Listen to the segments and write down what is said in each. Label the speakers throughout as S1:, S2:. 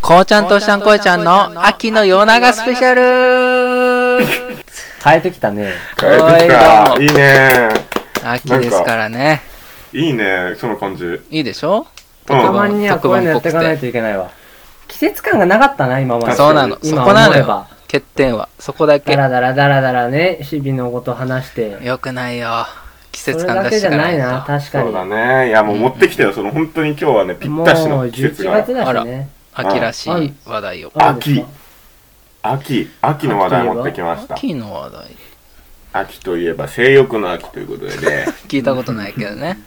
S1: こうちゃんとしゃんこえちゃんの秋の夜長スペシャル
S2: 変えてきたね。
S3: 変えてき
S1: お
S3: た。
S1: い
S3: いいね。
S1: 秋ですからね。
S3: いいね、その感じ。
S1: いいでしょ
S3: うん
S2: たまにはこういうのやっていかないといけないわ。季節感がなかったな、今まで。
S1: そうなの。そ
S2: 今
S1: こなの
S2: 思え
S1: よ
S2: ば。。
S1: 欠点は。そこだ
S2: だ
S1: け。
S2: らだらだらだらね、日々のこと話して。
S1: よくないよ。季
S2: それ
S1: 節感
S2: だ
S1: 出
S2: け
S1: して
S2: じゃ
S1: か
S2: な
S1: ないい
S2: な、
S1: と。
S2: 確か
S3: そう
S2: に。
S3: だね。いや、もう持ってきてよ。その、本当に今日はね、ぴ
S2: もう
S3: ったしの季節
S2: 11
S3: が。
S2: 月だしね。
S1: 秋らしい話題を。
S2: あるんですか
S3: 秋秋、秋の話題持ってきました。
S1: 秋の話題。
S3: 秋といえば性欲の秋ということで ね、
S1: 聞いたことないけどね。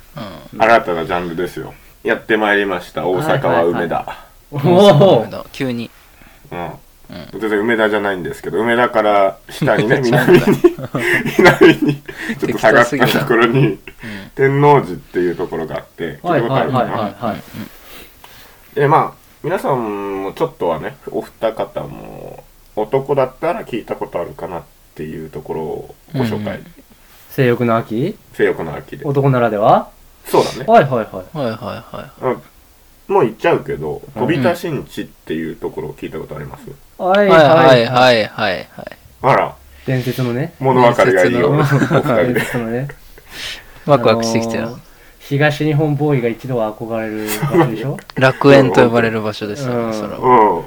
S1: うん。
S3: 新たなジャンルですよ。やってまいりました。大阪は梅田。
S2: お
S1: そう
S2: お
S1: なんだ急に。
S3: うん。全然梅田じゃないんですけど、梅田から 下にね、南に、南に、ちょっと下がったところに、天王寺っていうところがあって、
S2: はいはいはい
S3: 聞いたことあ
S2: はい
S3: るかな
S2: はい。
S3: でまあ皆さんもちょっとはねお二方も男だったら聞いたことあるかなっていうところをご紹介、
S1: うんうん
S2: 性欲の秋
S3: 性欲の秋で
S2: 男ならでは
S3: そうだね
S2: はいはいはい。
S1: はいはいはい。
S3: あもう言っちゃうけど「
S2: うん
S3: 飛び出しんち」っていうところを聞いたことあります、
S2: はい
S1: はい
S2: は
S1: はいいは
S2: はい。
S1: いはいはい。
S3: あら
S2: 伝説のね。
S3: 物分かりがいいよお
S2: 伝
S3: 二人で
S2: 説のね。
S1: ワクワクしてきたよ
S2: あのー。東日本ボーイが一度は憧れる場所で しょ
S1: 楽園と呼ばれる場所ですよ
S2: うん
S1: ね、それは。
S3: うん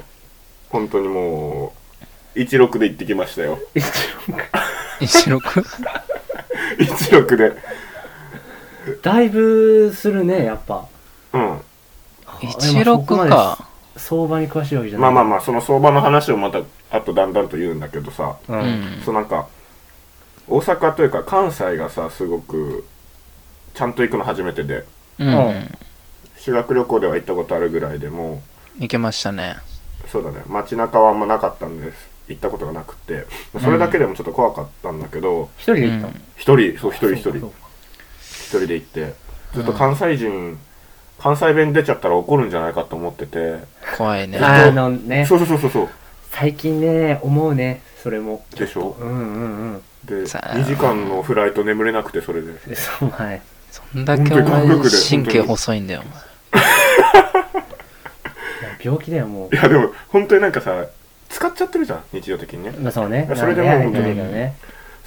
S3: 本当にもう16で行ってきましたよ
S2: 一
S1: 一六
S3: 16で
S2: 度だいぶするね、やっぱ。
S3: うん
S1: 一六
S2: でもそこま
S1: か。
S2: で相場に詳しいわけじゃな
S3: ま
S2: い。
S3: あまあまあその相場の話をまたあとだんだんと言うんだけどさ、
S2: あ
S1: う
S2: うん。
S1: ん。
S3: そうなんか大阪というか関西がさすごくちゃんと行くの初めてで
S1: うんうん。
S3: 修学旅行では行ったことあるぐらいでも
S1: 行けましたね。
S3: そうだね街中はあんまなかったんです行ったことがなくてそれだけでもちょっと怖かったんだけど
S2: 一人
S1: う
S2: で行ったの
S1: ん。
S3: 一、人そう一人一
S2: そうかそう
S3: 人
S2: か
S3: 一人で行ってずっと関西人、関西弁出ちゃったら怒るんじゃないかと思ってて、
S1: 怖いね。
S2: あのね
S3: そ、うそうそうそうそう
S2: 最近ね、思うね、それも。
S3: でしょ
S2: うんうんうん。
S3: で
S1: さあ
S3: 2時間のフライト眠れなくてそれで
S2: でその前。
S1: そんだけお前神経細いんだよ、
S2: 病気だよ、もう
S3: い。やでも本当になんかさ使っちゃってるじゃん日常的にね
S2: まあそうね。
S3: それでも
S2: なん
S3: 本
S2: か
S3: 当
S2: ねやれてる
S3: に
S2: けどね。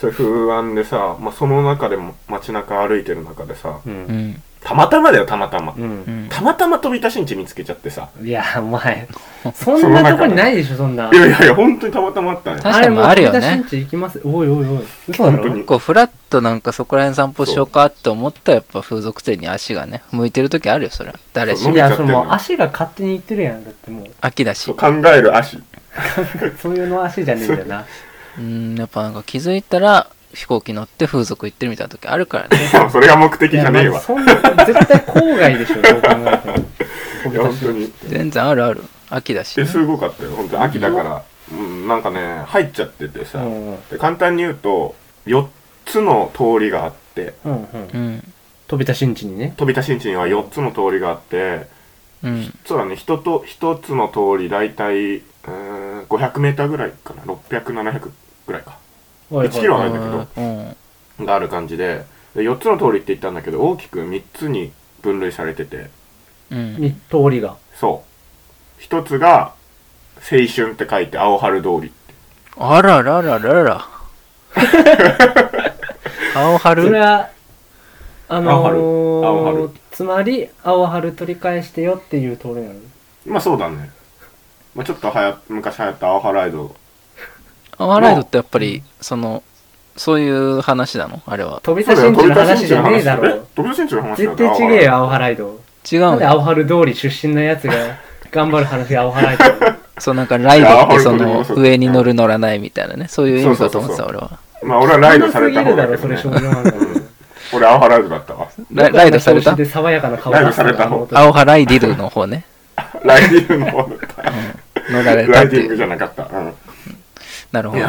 S3: それ不安でさ、まあ、その中でも街中歩いてる中でさ、
S2: う
S1: お前。
S2: ん。
S1: うん。
S3: たまたまだよたまたま、
S2: う。
S1: うんん。
S3: たまたま飛び出しんち見つけちゃってさ
S2: いや、お前、そんなとこにないでしょ、そんな。
S3: いやいやいや本当にたまたまあったね
S1: 確かにあるよね
S2: あれもう飛び出しんち行きます。おいおいおい。嘘だ
S3: 本
S2: ろ
S3: 当に
S1: 結構フラッとなんかそこら辺散歩しようかって思ったらやっぱ風俗店に足がね、向いてる時あるよ、それは。誰し
S3: 飲
S1: も
S3: み
S2: い
S3: ちゃっ
S2: や、
S3: てん
S2: そ
S3: の
S2: の足が勝手に行ってるやん。だってもう、
S1: 秋だ
S3: そ
S1: し
S3: う。考える足
S2: そういうの足じゃねえんだよな。
S1: うん、やっぱなんか気づいたら飛行機乗って風俗行ってるみたいな時あるからね。
S3: でもそれが目的
S2: い
S3: じゃ
S2: や、
S3: ねえ
S2: まあ
S3: わ
S2: そんな、絶対郊外でしょ、どう考えても。
S3: いや本当に
S1: 全然あるある。秋だし
S3: え。すごかったよ本当に秋だから、うん、なんかね入っちゃってて
S2: う
S3: さ、
S2: んうん。
S3: で簡単に言うと4つの通りがあって
S2: うんう。
S1: うんん。
S2: 飛び出しんちにね。
S3: 飛び出しんちには4つの通りがあって
S1: うん。
S3: そうだね人と1つの通り大体うーん 500m ぐらいかな600700ぐらいか
S2: おいおい
S3: 1キロあ
S1: うん
S3: るんだけど
S1: うん。
S3: がある感じでで4つの通りって言ったんだけど大きく3つに分類されてて
S1: うん。
S2: に通りが。
S3: そう1つが「青春」って書いて「青春通り
S1: あらららら ら。青
S2: それ
S1: 春
S2: は、あ
S3: 青春
S2: の
S3: 青
S2: ー、つまり、青春取り返してよっていう通りなの。」
S3: まあそうだね、まあ、ちょっとはや昔流行った「青春アイドル
S1: 青春ライドってやっぱり、その、そういう話なのあれは。
S2: 飛び」出
S3: そう
S2: し
S3: だ
S2: んちの
S3: よ飛び出し
S2: 話
S3: んち
S2: じゃ
S3: の
S2: ねえ
S3: 話
S2: だ
S3: だ
S2: ろ
S3: よ飛び出しんちの話だ
S2: 絶
S3: よ
S2: 対ちげえよ、青原井戸。
S1: 違う
S2: なん
S1: の
S2: で
S1: よ。
S2: 青春通り出身のやつが頑張る話が青原井戸。
S1: そうなんかライドってそ
S3: いや青
S1: の
S3: 春
S1: 上に乗る乗らないみたいなね。そういう意味かと思ってた
S3: そ
S1: 俺は。
S3: まあ俺はライドされた
S2: る
S3: 方
S2: だ
S3: だけ
S2: ろ、そ
S3: ど、
S2: れ
S3: ね
S2: 少、女漫画
S3: 俺青春アイドルだったわ
S1: ライライドされ
S2: 調
S1: た
S2: 子で爽やかな顔
S3: ライドされた方
S2: あの
S1: 青葉ライディルの方ね。
S3: ライディングの方だった
S1: 乗られた
S3: ラ
S1: っ
S3: イ
S1: て
S3: ディン
S1: い
S3: グ
S1: う。
S3: じゃなかったうん
S1: なるほど。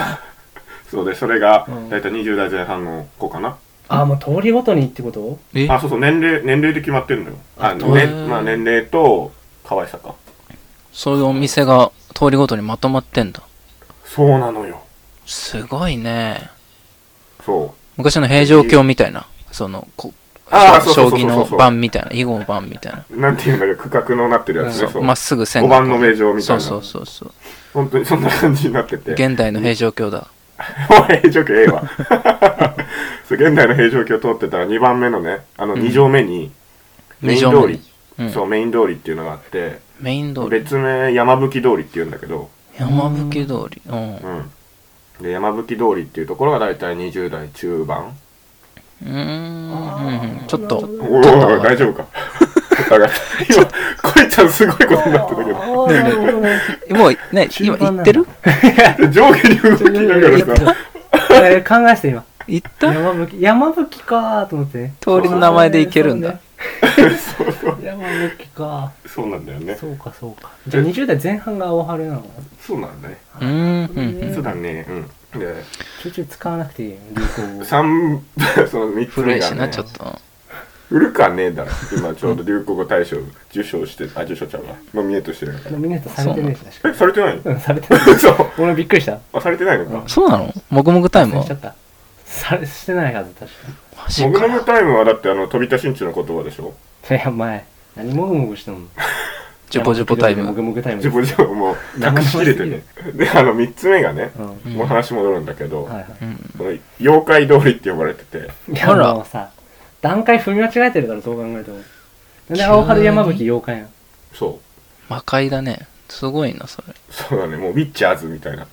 S3: そうでそれが
S2: うん
S3: 大体20代前半の子かな、
S2: あ、もう通りごとにってこと
S1: え
S3: あそうそう年齢年齢で決まってるのよあの、
S1: へ
S3: ね
S1: ー
S3: まあ、年齢と可愛さか
S1: そういうお店が通りごとにまとまってんだ。
S3: そうなのよ
S1: すごいね。
S3: そう
S1: 昔の平城京みたいな、その、こ
S3: あー
S1: 将
S3: そうそうそうそう
S1: 将棋の盤みたいな囲碁の盤みたいな
S3: なんていうんだろう区画のなってるやつね、
S1: そうまっすぐ線
S3: 五番の名城みたいな
S1: そうそうそうそう
S3: 本当にそんな感じになってて
S1: 現代の平城京だ
S3: もう平城京ええわ そう現代の平城京通ってたら2番目のねあの2条目にメイン通り、
S1: うん
S3: そうメイン通りっていうのがあって
S1: メイン通り
S3: 別名山吹通りっていうんだけど、
S1: 山吹通りうん
S3: うん、で山吹通りっていうところが大体20代中盤
S1: うーんちょっと
S3: おお大丈夫か上がった今こいちゃんすごいことになってたけど
S1: もうね今言ってる
S3: 上下に動きな
S1: 言っ
S3: がらさ
S1: た
S2: えー考えして今。
S1: 言った
S2: 山吹き、山吹きかーと思ってね。
S1: 通りの名前でいけるんだ
S3: そうそう
S2: 山吹きか
S3: そうなんだよね
S2: そうかそうか。じゃあ20代前半が大春なの
S3: そうなんだね
S1: うーんうんうん
S3: そうだねうんで
S2: ちょいちょい使わなくていいよ、流行語。
S3: 三 その三つ
S1: 古
S3: 目
S1: い
S3: が
S1: しな
S3: ね
S1: ちょっと
S3: 売るかねえだろ今ちょうど流行語大賞受賞してあ受賞ちゃうわノミネートしてる
S2: ノミネートされてねえし、確か
S3: えされてない
S2: に。うん、されてない。
S3: そう
S2: 俺びっくりした。
S3: あされてないのか
S1: そうなのもぐもぐタイム
S2: 忘れ
S1: は
S2: ちゃった。され、してないはず、確
S1: マジ
S3: モグ
S1: か
S3: モグタイムはだってあの飛び田新地の言葉でしょ
S2: かに。いや、前。何もぐもぐしてんの
S1: ジョポジョポタイ
S2: もぐ
S1: ム
S2: もぐタイムで
S3: 自
S2: す。
S3: 分じゃもう隠しきれてねであの3つ目がね、
S2: う
S1: うん
S3: もう話戻るんだけど、
S2: ん。はいはい。
S1: うん
S3: その妖怪通りって呼ばれてて
S2: い
S1: あ
S2: や、
S1: ら
S2: もうさ、段階踏み間違えてるから、どう考えても。なんで青春山吹妖怪なの
S3: そ
S1: 魔界だねすごいなそれ
S3: うそうだねもうウィッチャーズみたいな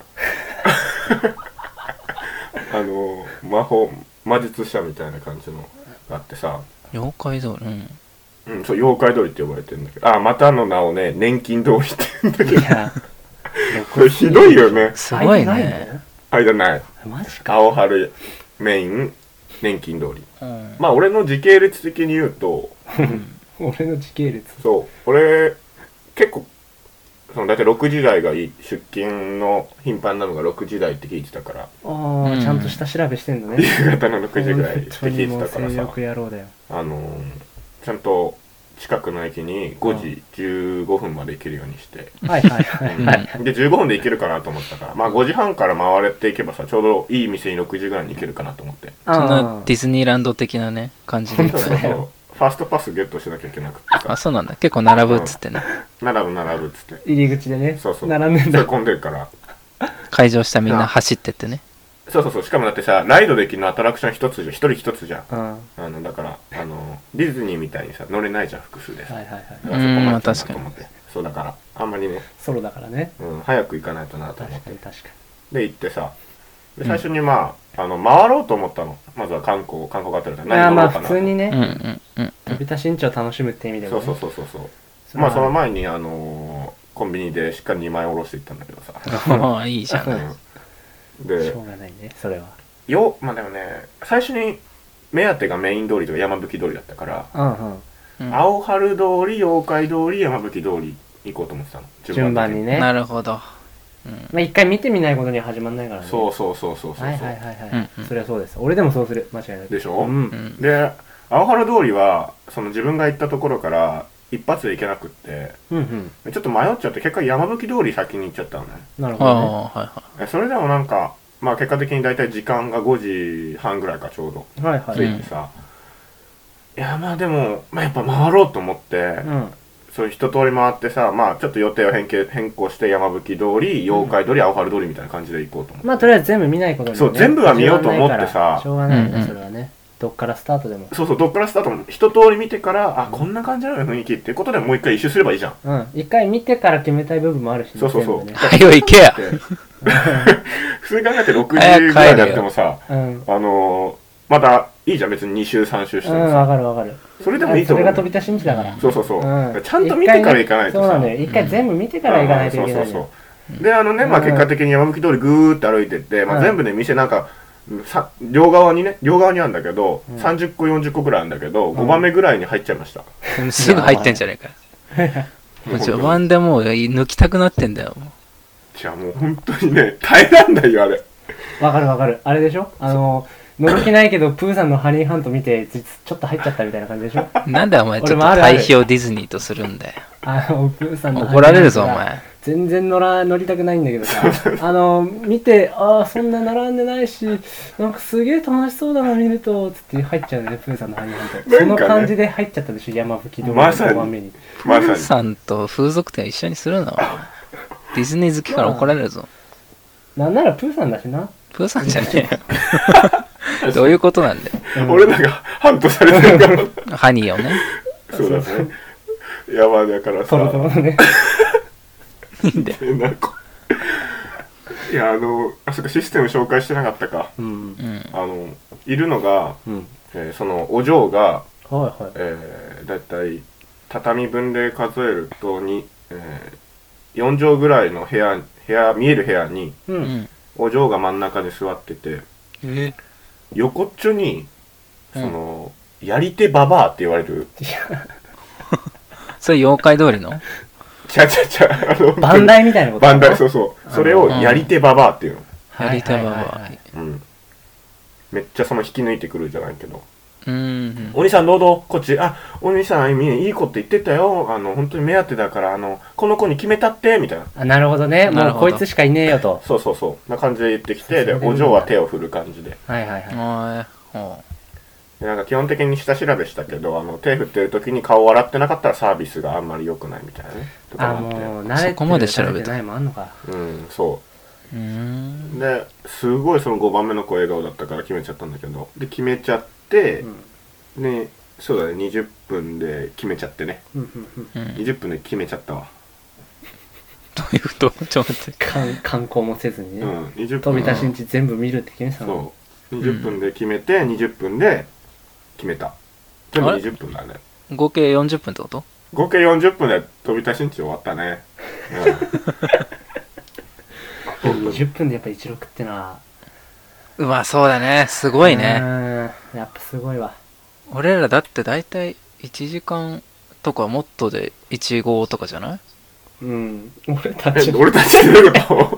S3: あの魔法魔術者みたいな感じのがあってさ、
S1: 妖怪通りうん
S3: うん、そう妖怪通りって呼ばれてるんだけどあまたの名をね年金通りって言うんだけ
S2: い
S3: ど
S2: や、
S3: これひどいよね
S1: すごい
S2: あれ
S1: ね。
S3: 間ない
S2: ないのマジか。
S3: 青春メイン年金通り
S1: うん
S3: まあ俺の時系列的に言うと
S2: 俺の時系列。
S3: そう俺結構その大体6時台がいい出勤の頻繁なのが6時台って聞いてたから
S2: ああ、
S1: うん
S2: ちゃんと下調べしてんだね。
S3: 夕方の6時ぐらいって
S2: 本当
S3: 聞
S2: に
S3: い
S2: も
S3: て
S2: う
S3: たか
S2: 性欲
S3: ら
S2: 野郎だよ。
S3: さあのーちゃんと近くの駅に5時15分まで行けるようにして、
S2: はいはい はいはい。
S3: で15分で行けるかなと思ったからまあ5時半から回っていけばさちょうどいい店に6時ぐらいに行けるかなと思って
S1: そん
S2: あ
S1: なディズニーランド的なね感じのや
S3: そう
S1: つ
S3: そうそうファーストパスゲットしなきゃいけなくて
S1: あ
S3: さ
S1: そうなんだ結構並ぶっつってね
S3: 並ぶ並ぶっつって
S2: 入り口でね
S3: そう、そう
S2: 並んでんだ。
S3: 混んでるから
S1: 会場したみん
S3: あ
S1: な走ってってね
S3: そうそうそうしかもだってさライドできるのアトラクション一つじゃん一人一つじゃん
S2: うん。は
S3: あのだからあのディズニーみたいにさ乗れないじゃん複数で
S2: い
S3: さ、
S2: はいはい。
S3: だからそこ
S1: うんま
S3: ま
S1: あ
S3: でだ
S1: 確か
S3: と
S1: に
S3: 思ってそうだからあんまりね、
S2: ソロだからね。
S3: うん、早く行かないとなと
S2: 確
S3: 思っ
S2: か
S3: て
S2: に確か
S3: で行ってさで最初にまあ,、あの回ろうと思ったのまずは観光観光があったら
S2: に。ああ
S3: 何
S2: ま
S3: 乗ろ
S2: あ
S3: うか
S2: 普
S3: な
S2: 通に
S1: うんう
S2: ね、
S1: んうん
S2: 飛び出し身長楽しむって意味でも
S3: そう
S2: ね。
S3: そうそうそうそうまあその前にあのーコンビニでしっかり2枚おろしていったんだけどさ、
S1: まあいいじゃん
S3: うん、
S2: し
S3: で
S2: ょうがないね、それは。
S3: よまあでもね最初に目当てがメイン通りとか山吹通りだったから、
S2: うんうん。
S1: うん
S3: 青春通り妖怪通り山吹通り行こうと思ってたの
S2: 順番に
S3: ね
S2: ね。
S1: な
S2: ま
S1: るほどうん
S2: あ一回見てみないことには始まんないからね。
S3: そうそうそうそうそうそう、
S2: はいはいはいはい、
S1: うんうん
S2: それはそうです俺でもそうする間違いない
S3: でしょ
S2: うん、
S1: うん
S3: で青春通りはその自分が行ったところから一発で行けなくって
S2: うんうん
S3: ちょっと迷っちゃって結果山吹通り先に行っちゃったのね
S2: なるほ
S1: あ
S2: ど、ね
S1: あはいは
S3: えそれでもなんかまあ結果的に大体時間が5時半ぐらいかちょうど
S2: はいは
S3: つ
S2: い、
S3: いてさ、いやまあでも、まあ、やっぱ回ろうと思って、
S2: うん、
S3: そういう一通り回ってさ、まあちょっと予定を変形変更して山吹通り、妖怪通り、青春通りみたいな感じで行こうと思って。
S2: まあとりあえず全部見ないことに、ね、
S3: そう全部は見ようと思ってさ
S2: しょうがないからしょうがないね、
S1: うんうん
S2: それはねどっからスタートでも
S3: そうそう、どっからスタートも一通り見てから、あ、こんな感じなのよ雰囲気っていうことでもう一回一周すればいいじ ゃん。
S2: うん一回見てから決めたい部分もあるしね、
S3: そうそうそう
S2: 全
S1: い
S2: 部ね
S1: はよ行けや
S3: で普通に考えて6時ぐらいでやってもさ、
S2: うんうん
S3: あのー、まだいいじゃん、別に2周3周してもさ。
S2: わかるわかる
S3: それでもいいと
S2: それ
S3: 思う
S2: が。飛び出し道だから、
S3: そうそうそう。
S2: うん
S3: ちゃんと見てから行かな
S2: 一回ね
S3: いと
S2: そうな
S3: さ。
S2: んだよ一回全部見てから行かないといけないじゃん
S3: そうそうそうであのね、まあ、
S2: うん
S3: 結果的に山吹通りぐーって歩いてって、ま
S2: う
S3: あ、
S2: ん
S3: 全部ね店なんかさ両側にね両側にあるんだけど、
S2: うん
S3: 30個40個ぐらいあるんだけど、
S2: ん
S3: 5番目ぐらいに入っちゃいました
S1: すぐ入ってんじゃねえかもう序盤でもう抜きたくなってんだよも
S3: じゃあもう本当にね耐えらんないよあれ
S2: わかるわかるあれでしょあの乗る気ないけどプーさんのハニーハント見てちちょっと入っちゃったみたいな感じでしょ
S1: うなんでお前ちょっと
S2: 俺もあるある
S1: 対比をディズニーとするんだよ
S2: あのプーさんのハニーハント
S1: 怒られるぞお
S2: が
S1: 前
S2: 全然乗ら乗りたくないんだけどさあの見てああそんな並んでないしなんかすげえ楽しそうだな見るとつって入っちゃうねプーさんのハニーハント、
S3: ね
S2: その感じで入っちゃったでしょ山吹き通りの
S3: まさに
S2: 5番目に
S3: ま
S1: プー
S3: さ
S1: さんと風俗店を一緒にするのはディズニー好きから怒られるぞ
S2: なんならプーさんだしな、
S1: プーさんじゃねえよどういうことなんだよ
S2: う
S3: に
S2: ん
S3: 俺らがハントされてる から
S1: ハニーをね
S3: そうだねいやまあだから
S2: そ
S3: さ
S2: ろそろね
S1: いいんだよ
S3: えなんかいやあのあそっかシステム紹介してなかったか
S2: うん
S1: うん
S3: あのいるのが、
S2: うん
S3: えーそのお嬢が、
S2: はいはい
S3: えー、だいたい畳分で数えるとに、えー、4畳ぐらいの部屋部屋見える部屋に
S2: う
S1: うんん
S3: お嬢が真ん中に座ってて
S1: え
S3: 横っちょにその、やり手ババアって言わ れる
S2: いや
S1: それ妖怪通りの
S3: ちゃちゃちゃあの
S2: バンダイみたいなこと
S3: バンダイそううそうそれをやり手ババアっていうの
S1: やりたいわ
S2: はいはいはいは
S1: はい
S3: うんめっちゃその引き抜いてくるじゃないけど
S1: うんうん
S3: お兄さんどうぞこっちあお兄さんいい子って言ってたよあの本当に目当てだからあのこの子に決めたってみたいな
S2: あなるほどね
S1: な
S2: も
S1: る
S2: う
S1: ほど
S2: こいつしかいねえよと
S3: そうそうそうな感じで言ってきてで
S2: そうそう
S3: お嬢は手を振る感じで
S2: はいはいはい
S1: おいお
S3: でなんか基本的に下調べしたけどあの手振ってる時に顔笑ってなかったらサービスがあんまり良くないみたいなねとか
S2: あ
S3: もあって
S2: もう慣れてる
S1: そこまで調べた
S2: 慣れてないもんあんのか
S3: うんそう
S1: ううん
S3: ですごいその5番目の子笑顔だったから決めちゃったんだけどで決めちゃって、
S2: ん
S3: ねそうだね20分で決めちゃってね
S2: うんうんうん
S1: うん
S3: 20分で決めちゃったわ、
S1: どういうことちょっと待って
S2: 観観光もせずに
S3: う
S2: ね、
S3: ん、20分
S2: 飛び出しんち全部見るって決めてたの
S3: そう20分で決めて、20分で決めた全部
S1: あれ
S3: 20分だね
S1: 合計40分ってこと
S3: 合計40分で飛び出しんち終わったね、
S2: でも20分でやっぱ16ってのは
S1: うわそうだねす
S2: す
S1: ごいね
S2: やっぱすごいわ
S1: 俺らだって大体1時間とかもっとで15とかじゃない
S2: うん俺た
S3: うん
S2: ち
S3: え俺たちってどういうこと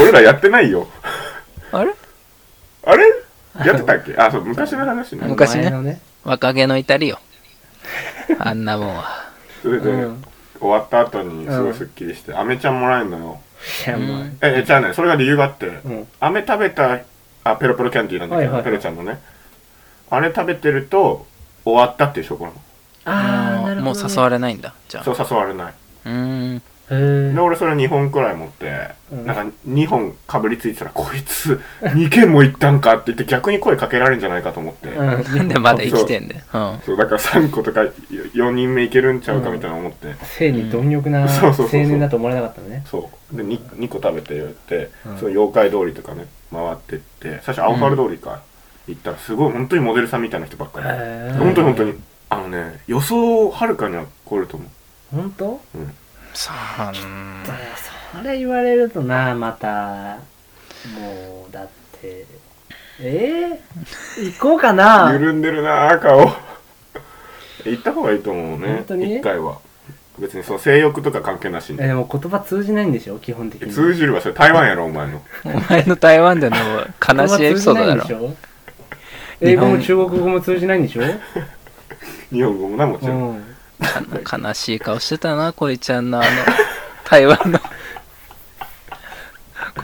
S3: 俺らやってないよ
S1: あれ
S3: あれやってたっけあそう昔の話
S2: あの
S3: ね
S1: 昔ね
S2: 前のね
S1: 若気の至りよあんなもんは
S3: それで、
S2: うん
S3: 終わった後にすごいスッキリして、アメちゃんもらえるのよ
S2: いやもう、
S1: うん
S3: ええじゃあねそれが理由があって、
S2: ん
S3: アメ食べたあペロペロキャンディーなんだ
S2: はいは
S3: けど、
S2: いはい
S3: ペロちゃんのねあれ食べてると終わったっていう証拠なの
S2: ああなる
S1: も
S2: ほ
S1: う
S2: ど、ね、
S1: 誘われないんだじゃあ
S3: そう誘われないう
S1: ーん
S2: へー
S3: で俺それ2本くらい持って、
S2: うん
S3: なんか2本かぶりついてたらこいつ2軒も行ったんかって言って逆に声かけられるんじゃないかと思って、
S2: うん
S1: なんでまだ生きてんだようん
S3: そうだから3個とか4人目いけるんちゃうかみたいな思って、
S2: 性に貪欲な
S3: うんそう
S2: 青
S3: そうそうそう
S2: 年だと思われなかったのね
S3: そうで 2, 個食べて言って、
S2: うん
S3: その妖怪通りとかね回ってって最初青春通りか、行ったらすごい本当にモデルさんみたいな人ばっかり、
S2: へー
S3: 本当に本当にあのね予想をはるかには超えると思
S2: 本当
S3: う、うん、
S1: さあうーん
S2: それ言われるとなまたもうだってええー、行こうかな
S3: 緩んでるなあ顔 行った方がいいと思うね
S2: 本当に
S3: 一回は別にその性欲とか関係なしに
S2: えでも言葉通じないんでしょ基本的に
S3: 通じるわそれ台湾やろお前の
S1: お前の台湾での悲しいエピソードだろ
S2: 言葉通じないんでしょ英語も
S1: 日
S2: 中国語も通じないんでしょ
S3: 日本語もなもち
S2: う
S3: ろん、
S2: ん
S1: か悲しい顔してたなこいちゃんのあの台湾の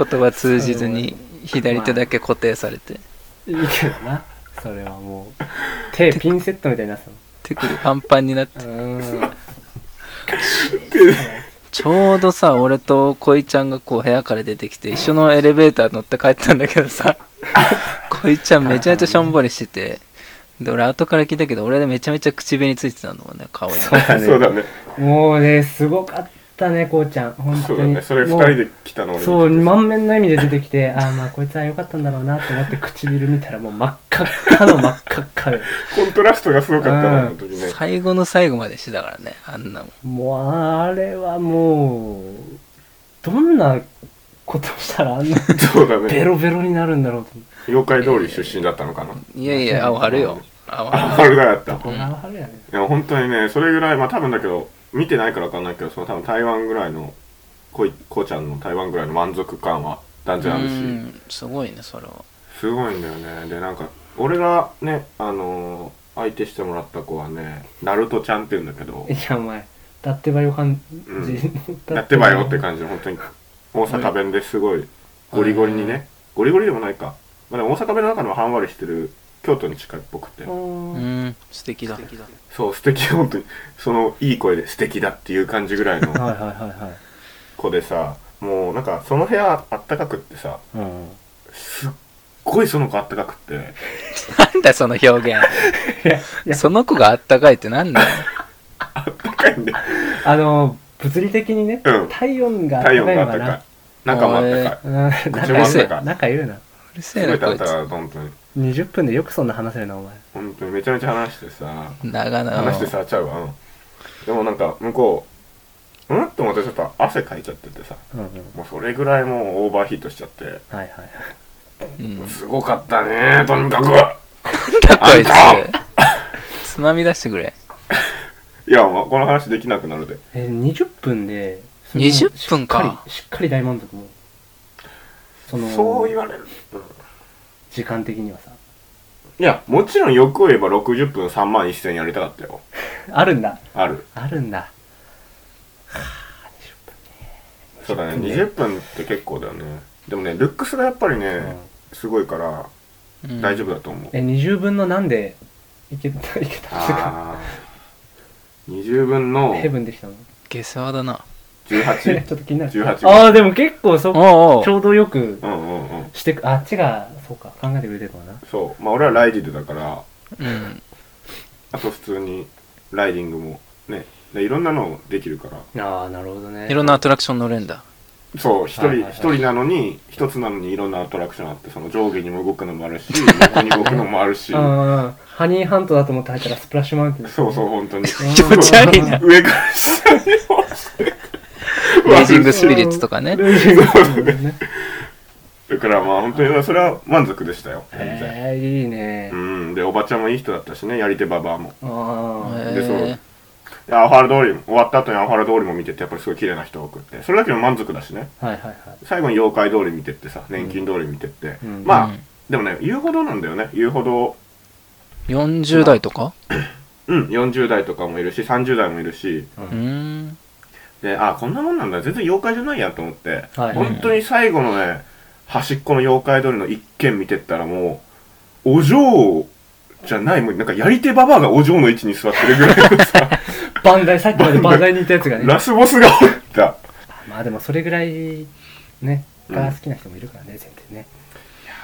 S1: 言葉通じずに左手だけ固定されて
S2: いいけどなそれはもう手ピンセットみたいになって
S1: 手首パンパンになって
S2: たのうん
S1: ちょうどさ、俺と恋ちゃんがこう部屋から出てきて、一緒のエレベーター乗って帰ったんだけどさ、恋ちゃんめちゃめちゃしょんぼりしてて、で、俺後から聞いたけど、俺でめちゃめちゃ口紅ついてたんだもんね、顔に。
S2: そう
S3: そうだね
S2: もうねすごかったねこうちゃん本
S3: そ
S2: 当
S3: うだ
S2: に
S3: ねそれ二
S2: もう
S3: 人で来たの俺
S2: そう
S3: 見て
S2: 満面の意味で出てき てああまあこいつは良かったんだろうなって思って唇見たらもう真っ赤っかの真っ赤っかで
S3: コントラストがすごかったなあ
S2: う
S3: の
S2: ん
S3: 時ね
S1: 最後の最後までしてたからね、あんなもん。
S2: もうあれはもうどんなことしたらあ んな
S3: そうだ
S2: ベ
S3: ね
S2: ロベロになるんだろうと思って
S3: 妖怪通り出身だったのかな、
S1: いやいや、青春よ。青
S3: あ
S1: 春。
S3: 悪だった
S2: これはあれやね
S3: いや本当にねそれぐらいまあ多分だけど見てないからわかんないけどその多分台湾ぐらいのこいこうちゃんの台湾ぐらいの満足感は断
S1: う
S3: 然あるし、
S1: ん、すごいね、それは。
S3: すごいんだよねでなんか俺がねあのー相手してもらった子はねナルトちゃんって言うんだけど
S2: いやお前だってばよ感じ、
S3: う
S2: だ
S3: やってばよって感じの本当に大阪弁ですごいゴリゴリにねゴリゴリでもないか、まあ、でも大阪弁の中でもはんわりしてる京都に近いっぽくて、
S2: うん
S1: うん素敵だ
S3: そう素敵本当にそのいい声で素敵だっていう感じぐらい の
S2: はいはいはいはい
S3: 子でさもうなんかその部屋あったかくってさ
S2: うん
S3: すっごいその子あったかくって
S1: なんだその表現
S2: いや
S1: その子があったかいってなんだよ
S3: あったかいんで
S2: あの物理的にね、
S3: うん
S2: 体温が高い
S3: 体
S2: の
S3: 温があ
S2: か
S3: ったかい
S2: な
S3: 中もあったかい
S2: うん
S3: 口
S2: 仲
S3: も
S2: 良
S3: あ
S2: い
S3: ったかい
S2: 仲言うな
S1: うるせ
S3: す
S1: え
S3: ご
S1: な
S3: いだ
S1: こ
S3: っ
S1: い
S3: た
S1: つ
S3: ら本当に
S2: 20分でよくそんな話せるなお前
S3: 本当にめちゃめちゃ話してさ
S1: 長々
S3: 話してさちゃうわ、うん、でもなんか向こううんと思ってちょっと汗かいちゃっててさ
S2: うんうん
S3: もうそれぐらいもうオーバーヒートしちゃって
S2: はいはいはい
S1: うんなんだ
S3: すごかったねとにかく
S1: こい
S3: あん
S1: つつまみ出してくれ
S3: いやもうこの話できなくなるで
S2: え20分でそれも
S1: 20分か
S2: しっかり大満足もその
S3: そう言われる、うん
S2: 時間的にはさ
S3: いやもちろんよく言えば60分3万1000やりたかったよ
S2: あるんだ
S3: ある
S2: あるんだ
S3: そうだね
S2: ね
S3: 20分って結構だよねでもねルックスがやっぱりね、
S2: ん
S3: すごいから
S1: うん
S3: 大丈夫だと思う、
S2: え20分の何でいけ たいけたっていうか
S3: ああ20分の
S2: ヘブンできたの
S1: 下世話だな
S2: ちょっ
S3: 18
S2: と気になる
S3: 18
S2: ああでも結構そこ
S1: おう
S2: ちょうどよく
S3: うんうんうん
S2: してくあっちがそうか考えてくれてるのかな
S3: そうまあ俺はライディルだから
S1: おううん
S3: あと普通にライディングもねでいろんなのできるから
S2: ああなるほどね
S1: いろんなアトラクション乗れんだ
S3: そう一
S2: はいはい
S3: 人
S2: はい
S3: 一人なのに一つなのにいろんなアトラクションあってその上下にも動くのもあるし横に動くのもあるし
S2: うんうんハニーハントだと思って入ったらスプラッシュマウンテン
S3: そうそう本当に
S1: 気持ち悪いな
S3: 上から下に落ちて
S1: レイジングスピリッツとかね
S2: ルージングね
S3: だからまあ本当にそれは満足でしたよ全然
S2: へえいいね
S3: うんでおばちゃんもいい人だったしねやり手ババアも
S2: あ
S3: でそう
S1: へ
S3: でアファル通りも終わった後にアファル通りも見ててやっぱりすごい綺麗な人多くってそれだけでも満足だしね
S2: あはいはいはい
S3: 最後に妖怪通り見てってさ年金通り見てって、
S2: うん
S3: まあ、
S1: うん
S3: でもね言うほどなんだよね言うほど
S1: え40代とか
S3: うん40代とかもいるし30代もいるし
S1: うーん
S3: であこんなもんなんだ全然妖怪じゃないやと思って、
S2: はい
S3: 本当に最後のね端っこの妖怪通りの一軒見てったらもうお嬢じゃないもうなんかやり手ババアがお嬢の位置に座ってるぐらいのさ
S2: バンダイさっきまでバンダイにいたやつがね
S3: ラスボスがおった
S2: まあでもそれぐらいね
S3: うん
S2: が好きな人もいるからね全然ね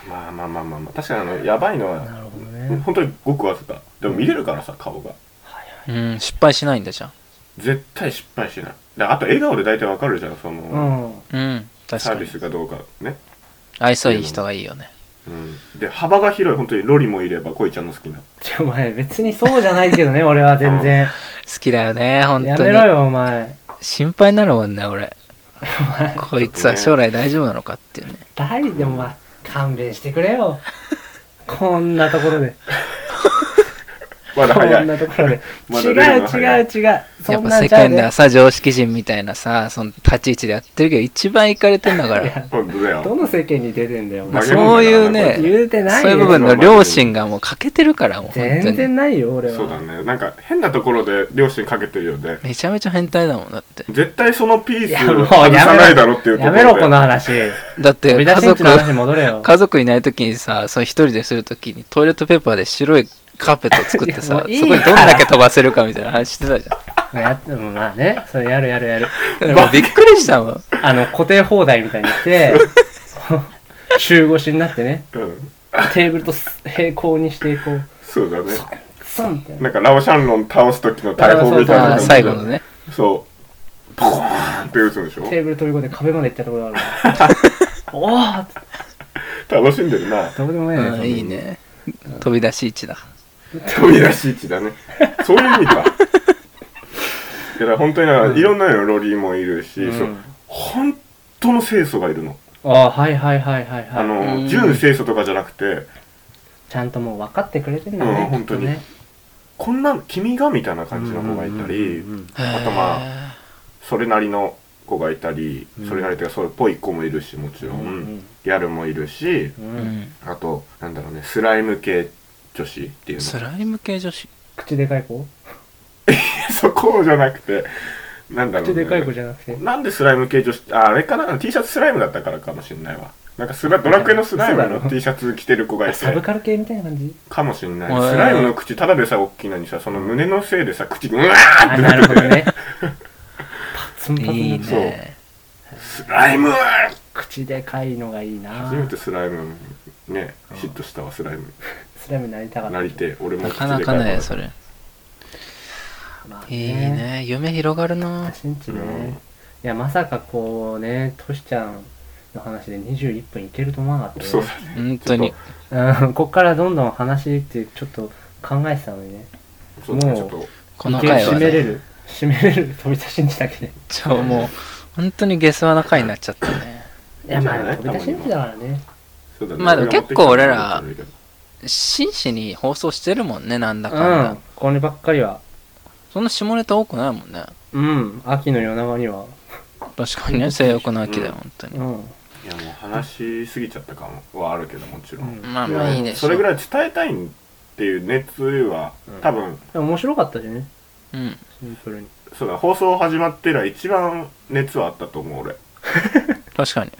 S3: まあまあまあまあ、まあ、確かにあのやばいの
S2: な
S3: は
S2: るほど
S3: うん
S2: ね
S3: 本当にごくわずかでも見れるからさ顔が
S1: うん失敗しないんだじゃん
S3: 絶対失敗しないであと笑顔で大体わかるじゃんその、
S2: うん
S1: うん確
S3: サ
S1: か
S3: ービ
S1: に
S3: スがどうかね、
S1: 愛想いい人がいいよね
S3: うん、で幅が広い本当にロリもいれば恋ちゃんの好きな
S2: ちょお前別にそうじゃないけどね俺は全然
S1: 好きだよね本
S2: や
S1: 当
S2: めろ
S1: に
S2: よお前
S1: 心配になるもんね俺 こいつは将来大丈夫なのかっていうね
S2: 誰でもまあ勘弁してくれよこんなところで
S3: まだ
S2: こ
S3: 早
S2: ん
S3: い
S2: なところで
S3: ま
S2: 違
S3: だ
S2: う
S3: 出るの
S2: 違
S3: 早いう
S2: 違う
S1: や
S2: そ
S1: っ
S2: ん
S1: ぱ
S2: なん
S1: 世
S2: ちゃう
S1: 間
S2: で
S1: で朝常識人みたいなさその立ち位置でやってるけど一番いかれてんだから
S2: いや
S3: 本当だよ
S2: どの世間に出てんだよお
S1: まあ
S2: 前
S3: 負け
S1: そういう
S3: 物だな
S1: ね
S3: これ
S2: 言うてないよ
S1: そういう部分の両親がもう欠けてるからもう本当
S2: 全
S1: に
S2: 然ないよ俺は
S3: そうだねなんか変なところで両親かけてるようで
S1: めちゃめちゃ変態だもんだって
S3: 絶対そのピー
S2: い
S3: ス
S2: やも
S3: 外
S2: うや
S3: さ
S2: めろ
S3: ないだろっていうとこ
S2: や
S3: ろで
S2: めろこの話飛
S1: だって
S2: び出
S1: 家
S2: しんちの話
S1: 族
S2: 戻れよ
S1: 家族いない時にさそう一人でする時にトイレットペーパーで白いカーペットを作って
S2: いや
S1: さ
S2: もういい
S1: そこにどんだけ飛ばせるかみたいな話してたじゃ ん
S2: やってもまあねそれやるやるやる
S1: だからもうびっくりしたもん
S2: あの固定放題みたいにして週越しになってね
S3: うん
S2: テーブルとす平行にしてこう
S3: そうだね
S2: そうみたいな
S3: なんかラオシャンロン倒す時の大砲みたいな
S1: あー
S3: 感じで
S1: 最後のね
S3: そうポコーンって打つんでしょ
S2: テーブル飛び越えて壁まで行ったところがあるおおっつって
S3: 楽しんでるな
S2: どうでもいいね
S1: うんいいね飛び出し位置だ
S3: 飛び出し位置だねそういう意味かいやだから本当になんかいろんなのよロリもいるし、
S2: うん
S3: そう本当の清楚がいるの、
S2: ああはいはいはいはいはい
S3: あの、
S1: うん
S3: 純清楚とかじゃなくて
S2: ちゃんともう分かってくれてんだね、
S3: うん
S2: きっと
S3: 本当に
S2: ね
S3: こんな君がみたいな感じの子がいたり、
S2: うんうんうんうん
S3: あとまあそれなりの子がいたり、それなりというかそれっぽい子もいるしもちろん、
S2: うんうん
S3: ギャルもいるし、
S1: う
S2: うん
S1: ん
S3: あとなんだろうねスライム系女子っていうの
S1: スライム系女子
S2: 口でかい子
S3: そこじゃなくてなんだろう、
S2: 口でかい子じゃなくて。
S3: なんでスライム系女子ああれかな T シャツスライムだったからかもしれないわなんかスラドラクエのスライム
S2: そう
S3: の
S2: なの
S3: T シャツ着てる子がいて
S2: サブカル系みたいな感じ
S3: かもしれない
S1: へー
S3: スライムの口ただでさ大きいのにさその胸のせいでさ口がうわー
S2: あ、なるほどね。パツンパツン
S1: いい
S2: だ
S1: ね
S3: スライム
S2: 口でかいのがいいな
S3: 初めてスライムねヒットしたわスライム
S2: スラムになりたかった。
S3: なりてえ俺も
S1: な
S3: 口
S1: かな
S3: で
S1: か
S3: かい
S1: ね
S3: わ
S1: それ
S2: まあ
S1: いい。ね夢広がるな
S2: 写真値ね、
S3: うん
S2: いやまさかこうねトシちゃんの話で21分いけると思わなかったね
S3: そうだね
S1: 本当に
S2: うん、こっからどんどん話ってちょっと考えてたのにね
S3: そうだねち
S2: も
S3: ょ
S2: う
S3: っと
S1: この
S2: 一見
S1: 回は
S2: 締めれ
S1: ね
S2: る締めれる飛び出しんちだけで
S1: ちょもう本当にゲス話な回になっちゃったね
S2: いやまあ飛び出しんちだからね
S3: そうだね
S1: まあでも結構俺ら
S3: 俺が持ってき
S1: 真摯に放送してるもんねなんだかんだ、
S2: うんこればっかりは
S1: そんな下ネタ多くないもんね
S2: うん秋の夜長には
S1: 確かにね性欲の秋だよ本当に、
S2: うん
S3: たのいやもう話しすぎちゃった感はあるけどもちろん、
S2: うん
S1: まあまあいいでしょ
S3: それぐらい伝えたいっていう熱は
S2: うん
S3: 多分
S2: でも面白かったしね
S1: うん
S2: シンプルに
S3: そうだ放送始まって以来一番熱はあったと思う俺
S1: 確かに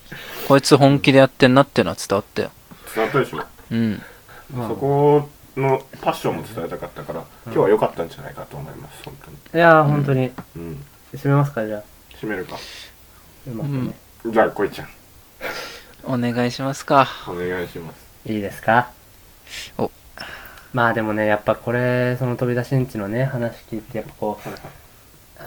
S1: こいつ本気でやってんなっていうのは伝わったよ
S3: 伝わったでしょ
S1: うん
S2: まあ
S3: そこのパッションも伝えたかったから、今日は良かったんじゃないかと思います本当に
S2: いや本当に
S3: うん
S2: 締めますかじゃあ
S3: 締めるか
S2: うまくね、
S3: じゃあこいちゃん
S1: お願いしますか
S3: お願いします
S2: いいですか
S1: お
S2: まあでもねやっぱこれその飛び出しんちのね話聞いてやっぱこうあ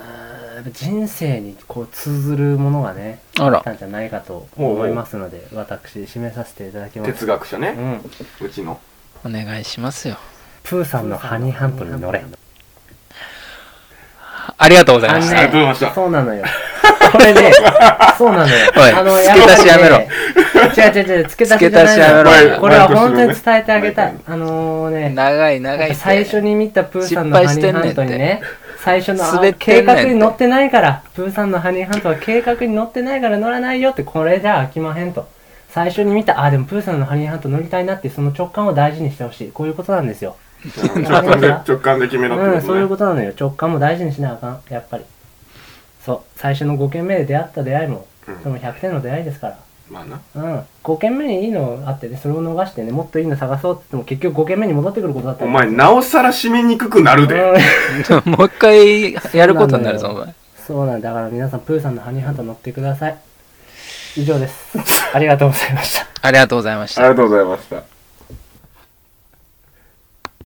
S2: ーやっぱ人生にこう通ずるものがね
S1: あ
S2: あっ
S1: ら
S2: たんじゃないかと
S3: ほうほ
S2: 思
S3: う
S2: いますので私締めさせていただきます
S3: 哲学者
S2: う
S3: ね、
S2: ん
S3: うちの
S1: お願いしますよ
S2: プーさんのハニーハントに乗れ
S1: ありがとうござい
S2: あ
S1: ま
S2: の
S1: し
S3: ありがと
S1: た
S3: うございました
S2: そうなのよこ れねそうなのよ
S1: おい
S2: あの
S1: 付け足しやめろ
S2: っぱりね違う違う違う付け足しじゃ
S1: 付け足しやめろ
S2: ないのこれは
S3: 毎年
S2: 本
S3: のね
S2: 当に伝えてあげた
S3: 毎
S2: いあのーね
S1: 長い長いって
S2: 最初に見たプーさんのハニーハントにね最初のあ
S1: 滑って
S2: 計
S1: んねん
S2: 画に乗ってないからプーさんのハニーハントは計画に乗ってないから乗らないよってこれじゃ飽きまへんと最初に見たあでもプーさんのハニーハント乗りたいなっていうその直感を大事にしてほしいこういうことなんですよ
S3: 直感で直感で決めろ
S2: うん
S3: ってこ
S2: そういう
S3: とね
S2: ことなのよ直感も大事にしなあかんやっぱりそう最初の5軒目で出会った出会いも、
S3: うん
S2: でも100点の出会いですから
S3: まあな
S2: うん、5軒目にいいのあってねそれを逃してねもっといいの探そうって言っても結局5軒目に戻ってくることだった
S3: お
S2: り
S3: 前なおさら締めにくくなるで、
S2: うん
S1: もう一回やることになるぞお前
S2: そうなんだだから皆さんプーさんのハニーハンター乗ってく ださい以上ですありがとうございました
S1: ありがとうございまし
S3: あ
S1: た
S3: りがとうございました